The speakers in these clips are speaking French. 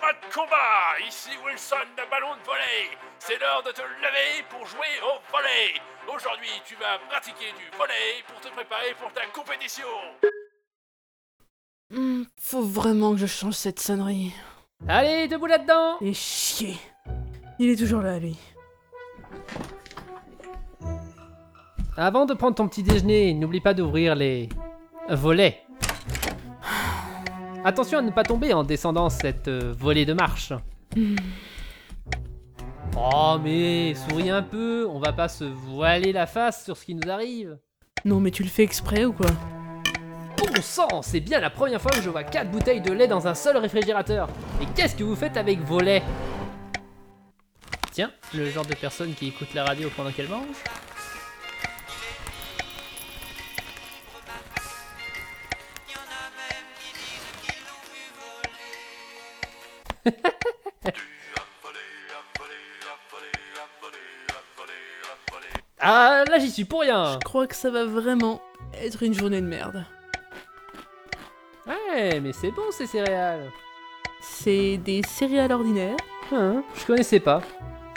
pas de combat Ici Wilson de ballon de volley C'est l'heure de te lever pour jouer au volley Aujourd'hui, tu vas pratiquer du volley pour te préparer pour ta compétition Hmm, faut vraiment que je change cette sonnerie. Allez, debout là-dedans Et chier. Il est toujours là, lui. Avant de prendre ton petit déjeuner, n'oublie pas d'ouvrir les volets. Attention à ne pas tomber en descendant cette euh, volée de marche. Oh mais souris un peu, on va pas se voiler la face sur ce qui nous arrive. Non, mais tu le fais exprès ou quoi Bon sang, c'est bien la première fois que je vois 4 bouteilles de lait dans un seul réfrigérateur. Mais qu'est-ce que vous faites avec vos laits Tiens, le genre de personne qui écoute la radio pendant qu'elle mange. Ah là j'y suis pour rien Je crois que ça va vraiment être une journée de merde. Ouais mais c'est bon ces céréales C'est des céréales ordinaires. Hein, je connaissais pas.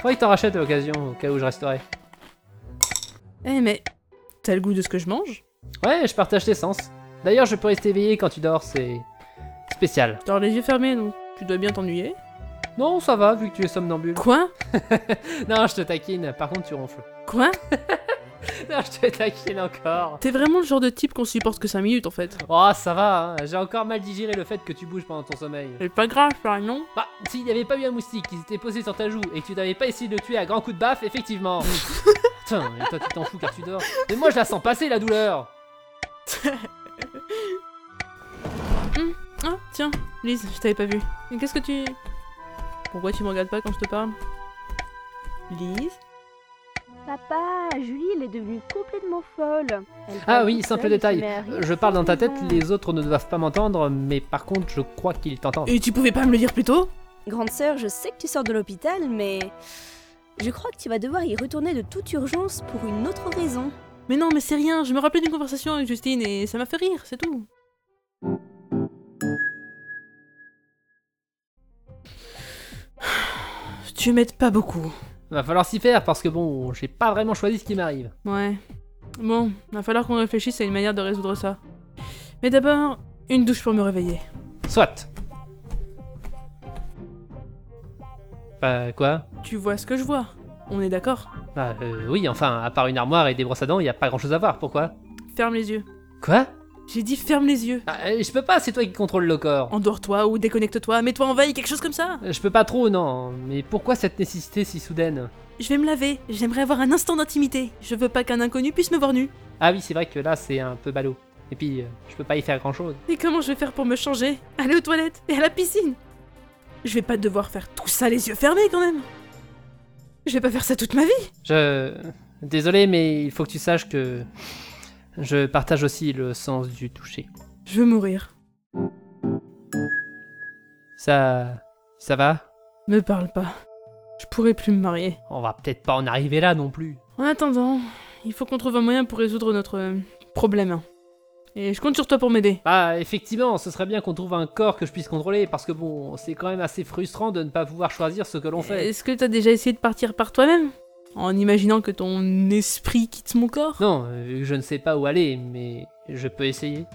Faudrait que t'en rachètes à l'occasion, au cas où je resterai. Eh mais, t'as le goût de ce que je mange Ouais, je partage tes sens. D'ailleurs, je peux rester éveillé quand tu dors, c'est spécial. T'as les yeux fermés, donc tu dois bien t'ennuyer. Non, ça va, vu que tu es somnambule. Quoi Non, je te taquine, par contre tu ronfles. Quoi Non, je te taquine encore. T'es vraiment le genre de type qu'on supporte que 5 minutes en fait. Oh, ça va, hein, j'ai encore mal digéré le fait que tu bouges pendant ton sommeil. C'est pas grave, hein, non Bah, s'il n'y avait pas eu un moustique qui s'était posé sur ta joue et que tu n'avais pas essayé de le tuer à grands coups de baffe, effectivement. Putain, mais toi tu t'en fous car tu dors. Mais moi je la sens passer la douleur. Ah, tiens, Lise, je t'avais pas vu. Mais Qu'est-ce que tu. Pourquoi tu me regardes pas quand je te parle Lise Papa, Julie, elle est devenue complètement folle. Elle Ah parle oui, toute simple seule et détail. se met à rire Euh, Je parle dans ta tête, sans raison. les autres ne doivent pas m'entendre, mais par contre, je crois qu'ils t'entendent. Et tu pouvais pas me le dire plus tôt Grande sœur, je sais que tu sors de l'hôpital, mais je crois que tu vas devoir y retourner de toute urgence pour une autre raison. Mais non, mais c'est rien, je me rappelais d'une conversation avec Justine et ça m'a fait rire, c'est tout. Tu m'aides pas beaucoup. Va falloir s'y faire parce que bon, j'ai pas vraiment choisi ce qui m'arrive. Ouais. Bon, va falloir qu'on réfléchisse à une manière de résoudre ça. Mais d'abord, une douche pour me réveiller. Soit. Bah quoi Tu vois ce que je vois On est d'accord Bah euh, oui, enfin, à part une armoire et des brosses à dents, y a pas grand chose à voir, pourquoi Ferme les yeux. Quoi J'ai dit ferme les yeux. Ah, euh, Je peux pas, c'est toi qui contrôle le corps. Endors-toi ou déconnecte-toi, mets-toi en veille, quelque chose comme ça. Euh, Je peux pas trop, non, mais pourquoi cette nécessité si soudaine Je vais me laver, j'aimerais avoir un instant d'intimité. Je veux pas qu'un inconnu puisse me voir nu. Ah oui, c'est vrai que là, c'est un peu ballot. Et puis, euh, je peux pas y faire grand chose. Et comment je vais faire pour me changer Aller aux toilettes et à la piscine Je vais pas devoir faire tout ça les yeux fermés quand même Je vais pas faire ça toute ma vie Je. Désolé, mais il faut que tu saches que. Je partage aussi le sens du toucher. Je veux mourir. Ça. Ça va Me parle pas. Je pourrais plus me marier. On va peut-être pas en arriver là non plus. En attendant, il faut qu'on trouve un moyen pour résoudre notre euh, problème. Et je compte sur toi pour m'aider. Bah, effectivement, ce serait bien qu'on trouve un corps que je puisse contrôler, parce que bon, c'est quand même assez frustrant de ne pas pouvoir choisir ce que l'on fait. Est-ce que t'as déjà essayé de partir par toi-même En imaginant que ton esprit quitte mon corps Non, euh, vu que je ne sais pas où aller, mais je peux essayer.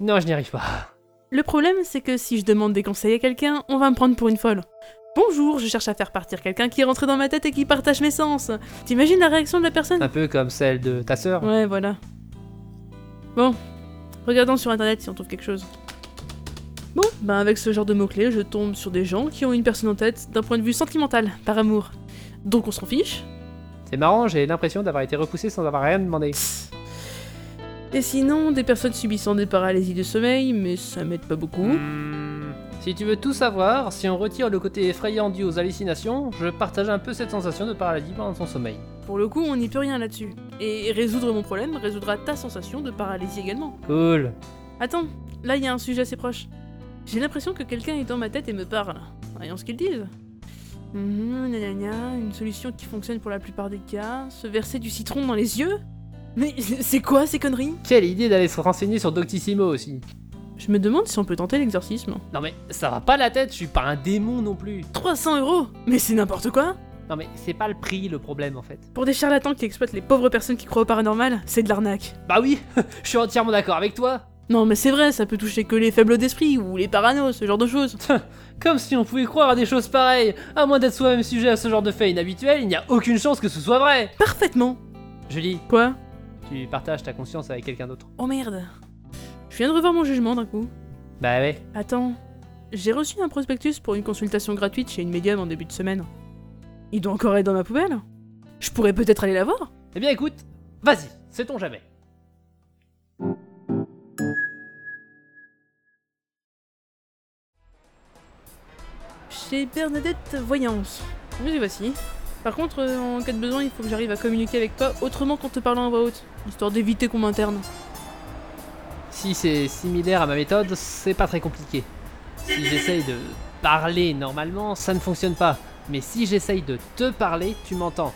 Non, je n'y arrive pas. Le problème, c'est que si je demande des conseils à quelqu'un, on va me prendre pour une folle. Bonjour, je cherche à faire partir quelqu'un qui est rentré dans ma tête et qui partage mes sens. T'imagines la réaction de la personne Un peu comme celle de ta sœur. Ouais, voilà. Bon, regardons sur internet si on trouve quelque chose. Bon, ben avec ce genre de mots-clés, je tombe sur des gens qui ont une personne en tête d'un point de vue sentimental, par amour. Donc on s'en fiche. C'est marrant, j'ai l'impression d'avoir été repoussé sans avoir rien demandé. Et sinon, des personnes subissant des paralysies de sommeil, mais ça m'aide pas beaucoup. Mm. Hmm. Si tu veux tout savoir, si on retire le côté effrayant dû aux hallucinations, je partage un peu cette sensation de paralysie pendant ton sommeil. Pour le coup, on n'y peut rien là-dessus. Et résoudre mon problème résoudra ta sensation de paralysie également. Cool. Attends, là il y a un sujet assez proche. J'ai l'impression que quelqu'un est dans ma tête et me parle. Voyons ce qu'ils disent. Mhm, gna gna gna, une solution qui fonctionne pour la plupart des cas, se verser du citron dans les yeux Mais c'est quoi ces conneries Quelle idée d'aller se renseigner sur Doctissimo aussi. Je me demande si on peut tenter l'exorcisme. Non mais ça va pas la tête, je suis pas un démon non plus. 300 euros Mais c'est n'importe quoi Non mais c'est pas le prix le problème en fait. Pour des charlatans qui exploitent les pauvres personnes qui croient au paranormal, c'est de l'arnaque. Bah oui, je suis entièrement d'accord avec toi. Non mais c'est vrai, ça peut toucher que les faibles d'esprit ou les paranos, ce genre de choses. Comme si on pouvait croire à des choses pareilles. À moins d'être soi-même sujet à ce genre de fait inhabituel, il n'y a aucune chance que ce soit vrai. Parfaitement Julie, Quoi tu partages ta conscience avec quelqu'un d'autre. Oh merde Je viens de revoir mon jugement d'un coup. Bah ouais. Attends, j'ai reçu un prospectus pour une consultation gratuite chez une médium en début de semaine. Il doit encore être dans ma poubelle Je pourrais peut-être aller la voir Eh bien écoute, vas-y, sait-on jamais. Chez Bernadette Voyance. Nous y voici. Par contre, euh, en cas de besoin, il faut que j'arrive à communiquer avec toi autrement qu'en te parlant à voix haute, histoire d'éviter qu'on m'interne. Si c'est similaire à ma méthode, c'est pas très compliqué. Si j'essaye de parler normalement, ça ne fonctionne pas. Mais si j'essaye de te parler, tu m'entends.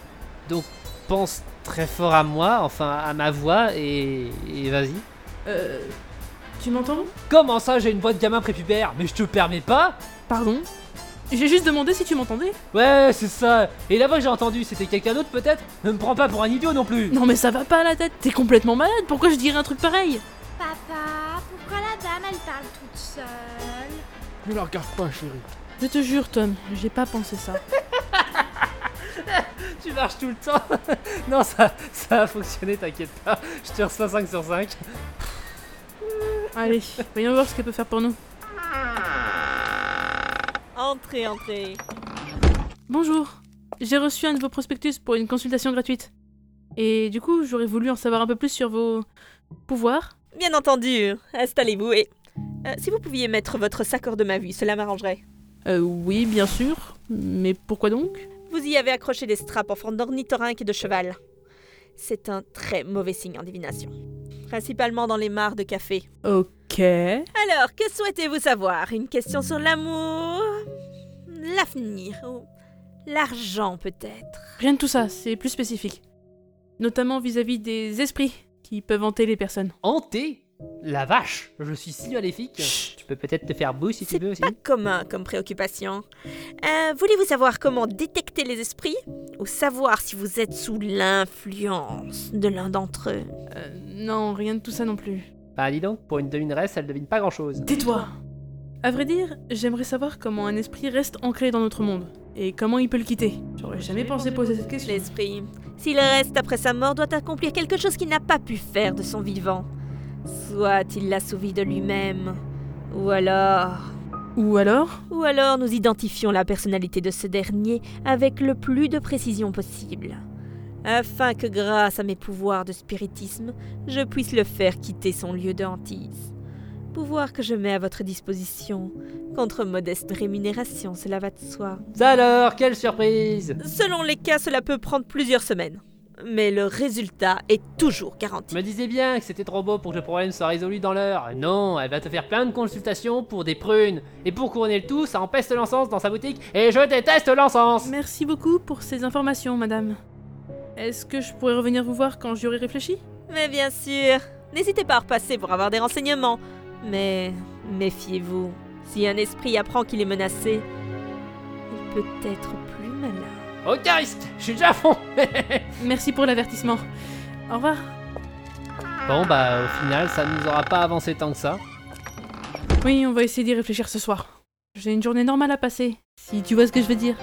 Donc pense très fort à moi, enfin à ma voix, et, et vas-y. Euh... Tu m'entends Comment ça, j'ai une voix de gamin prépubère Mais je te permets pas Pardon J'ai juste demandé si tu m'entendais. Ouais, c'est ça. Et la voix que j'ai entendue, c'était quelqu'un d'autre peut-être Ne me prends pas pour un idiot non plus. Non mais ça va pas à la tête, t'es complètement malade, pourquoi je dirais un truc pareil Papa, pourquoi la dame elle parle toute seule Ne la regarde pas, chérie. Je te jure Tom, j'ai pas pensé ça. Tu marches tout le temps. non, ça, ça a fonctionné, t'inquiète pas. Je te reçois 5 sur 5. Allez, voyons voir ce qu'elle peut faire pour nous. Entrez, entrez. Bonjour, j'ai reçu un de vos prospectus pour une consultation gratuite. Et du coup, j'aurais voulu en savoir un peu plus sur vos pouvoirs. Bien entendu, installez-vous et... euh, si vous pouviez mettre votre sac hors de ma vue, cela m'arrangerait. Euh, oui, bien sûr, mais pourquoi donc Vous y avez accroché des straps en forme d'ornithorynque et de cheval. C'est un très mauvais signe en divination. Principalement dans les mares de café. Ok. Alors, que souhaitez-vous savoir Une question sur l'amour L'avenir ou l'argent peut-être Rien de tout ça, c'est plus spécifique. Notamment vis-à-vis des esprits qui peuvent hanter les personnes. Hanté La vache, je suis si maléfique. Tu peux peut-être te faire bouche si tu C'est veux aussi. Pas commun comme préoccupation. Euh, Voulez-vous savoir comment détecter les esprits Ou savoir si vous êtes sous l'influence de l'un d'entre eux Euh, non, rien de tout ça non plus. Bah dis donc, pour une devineresse, elle devine pas grand-chose. Tais-toi À vrai dire, j'aimerais savoir comment un esprit reste ancré dans notre monde. Et comment il peut le quitter. J'aurais jamais pensé poser cette question. L'esprit, s'il reste après sa mort, doit accomplir quelque chose qu'il n'a pas pu faire de son vivant. Soit il l'assouvit de lui-même, ou alors... Ou alors Ou alors nous identifions la personnalité de ce dernier avec le plus de précision possible, afin que grâce à mes pouvoirs de spiritisme, je puisse le faire quitter son lieu de hantise. Pouvoir que je mets à votre disposition, contre modeste rémunération, cela va de soi. Alors, quelle surprise Selon les cas, cela peut prendre plusieurs semaines, mais le résultat est toujours garanti. Je me disais bien que c'était trop beau pour que le problème soit résolu dans l'heure. Non, elle va te faire plein de consultations pour des prunes. Et pour couronner le tout, ça empeste l'encens dans sa boutique. Et je déteste l'encens Merci beaucoup pour ces informations, madame. Est-ce que je pourrais revenir vous voir quand j'y aurai réfléchi Mais bien sûr, n'hésitez pas à repasser pour avoir des renseignements. Mais méfiez-vous, si un esprit apprend qu'il est menacé, il peut être plus malin. Aucun risque, je suis déjà à fond Merci pour l'avertissement. Au revoir. Bon bah, au final, ça nous aura pas avancé tant que ça. Oui, on va essayer d'y réfléchir ce soir. J'ai une journée normale à passer, si tu vois ce que je veux dire.